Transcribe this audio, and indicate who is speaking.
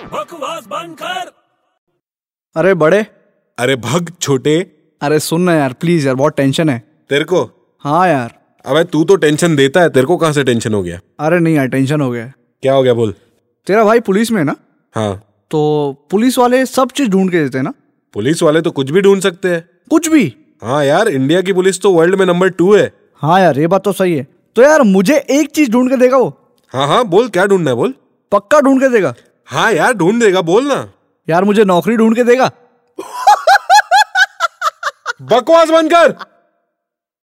Speaker 1: आवाज बंद कर
Speaker 2: अरे बड़े
Speaker 3: अरे भग छोटे
Speaker 2: अरे सुन ना यार प्लीज यार बहुत टेंशन है
Speaker 3: तेरे को
Speaker 2: हाँ यार
Speaker 3: अबे तू तो टेंशन देता है तेरे को कहाँ से टेंशन हो गया
Speaker 2: अरे नहीं यार टेंशन हो गया है।
Speaker 3: क्या हो गया बोल
Speaker 2: तेरा भाई पुलिस में है ना
Speaker 3: हाँ
Speaker 2: तो पुलिस वाले सब चीज ढूंढ के देते हैं ना
Speaker 3: पुलिस वाले तो कुछ भी ढूंढ सकते हैं
Speaker 2: कुछ भी
Speaker 3: हाँ यार इंडिया की पुलिस तो वर्ल्ड में नंबर टू है
Speaker 2: हाँ यार ये बात तो सही है तो यार मुझे एक चीज ढूंढ के देगा वो
Speaker 3: हाँ हाँ बोल क्या ढूंढना है बोल
Speaker 2: पक्का ढूंढ के देगा
Speaker 3: हाँ यार ढूंढ देगा बोल ना
Speaker 2: यार मुझे नौकरी ढूंढ के देगा
Speaker 3: बकवास बंद कर